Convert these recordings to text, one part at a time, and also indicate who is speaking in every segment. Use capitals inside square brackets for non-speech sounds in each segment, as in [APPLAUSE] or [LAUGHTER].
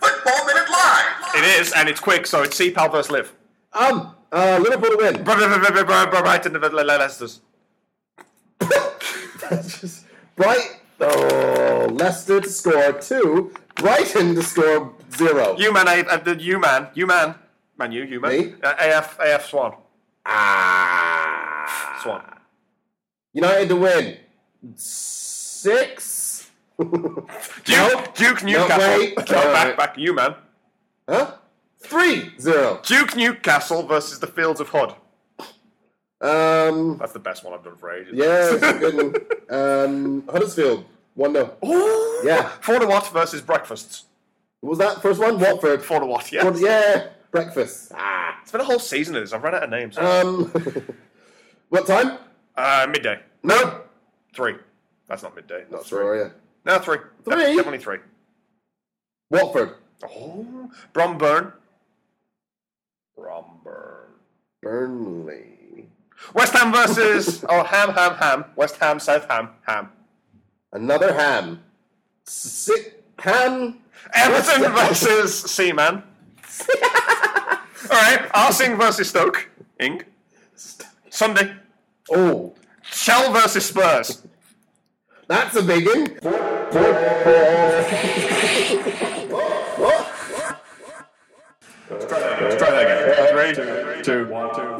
Speaker 1: Football Minute Live.
Speaker 2: It is, and it's quick, so it's CPAL versus Live.
Speaker 3: Um, uh, Liverpool win.
Speaker 2: Brighton versus Le- Le- Leicester's.
Speaker 3: [LAUGHS] That's just Bright. Oh, Leicester to score two. Brighton to score zero.
Speaker 2: You man, I- uh, the you man, you man, man, you, you
Speaker 3: Me?
Speaker 2: man. Uh, AF, AF Swan,
Speaker 3: Ah.
Speaker 2: Swan.
Speaker 3: United to win six.
Speaker 2: Duke,
Speaker 3: Nope.
Speaker 2: Duke
Speaker 3: No,
Speaker 2: Newcastle.
Speaker 3: wait.
Speaker 2: [LAUGHS] No,
Speaker 3: All
Speaker 2: back,
Speaker 3: right.
Speaker 2: back, you man.
Speaker 3: Huh? Three zero.
Speaker 2: Duke Newcastle versus the Fields of Hod.
Speaker 3: Um.
Speaker 2: That's the best one I've done for ages.
Speaker 3: Yeah, Um, it's a good one. Um, Huddersfield one no. What
Speaker 2: Ooh.
Speaker 3: Yeah.
Speaker 2: Four to what versus breakfasts.
Speaker 3: was that first one? Watford.
Speaker 2: Four to what? Yeah.
Speaker 3: What- Yeah. Breakfast. Ah.
Speaker 2: It's been a whole season of this. I've run out of names. Uh,
Speaker 3: Um. [LAUGHS] what time?
Speaker 2: midday.
Speaker 3: No.
Speaker 2: Three. That's not midday. That's three.
Speaker 3: Sure, yeah.
Speaker 2: No, three. De-
Speaker 3: Three?
Speaker 2: definitely three.
Speaker 3: Watford.
Speaker 2: Oh. Bromburn. Bromburn.
Speaker 3: Burnley.
Speaker 2: West Ham versus. oh, Ham, Ham, Ham. West Ham, South Ham, Ham.
Speaker 3: Another ham. Six ham.
Speaker 2: Everton versus Seaman. All right, Arsing versus Stoke. Ing. Sunday.
Speaker 3: Oh,
Speaker 2: Shell versus Spurs.
Speaker 3: that's a big one.
Speaker 2: Let's try that again. Three, two, one, two,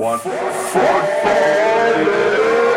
Speaker 2: one.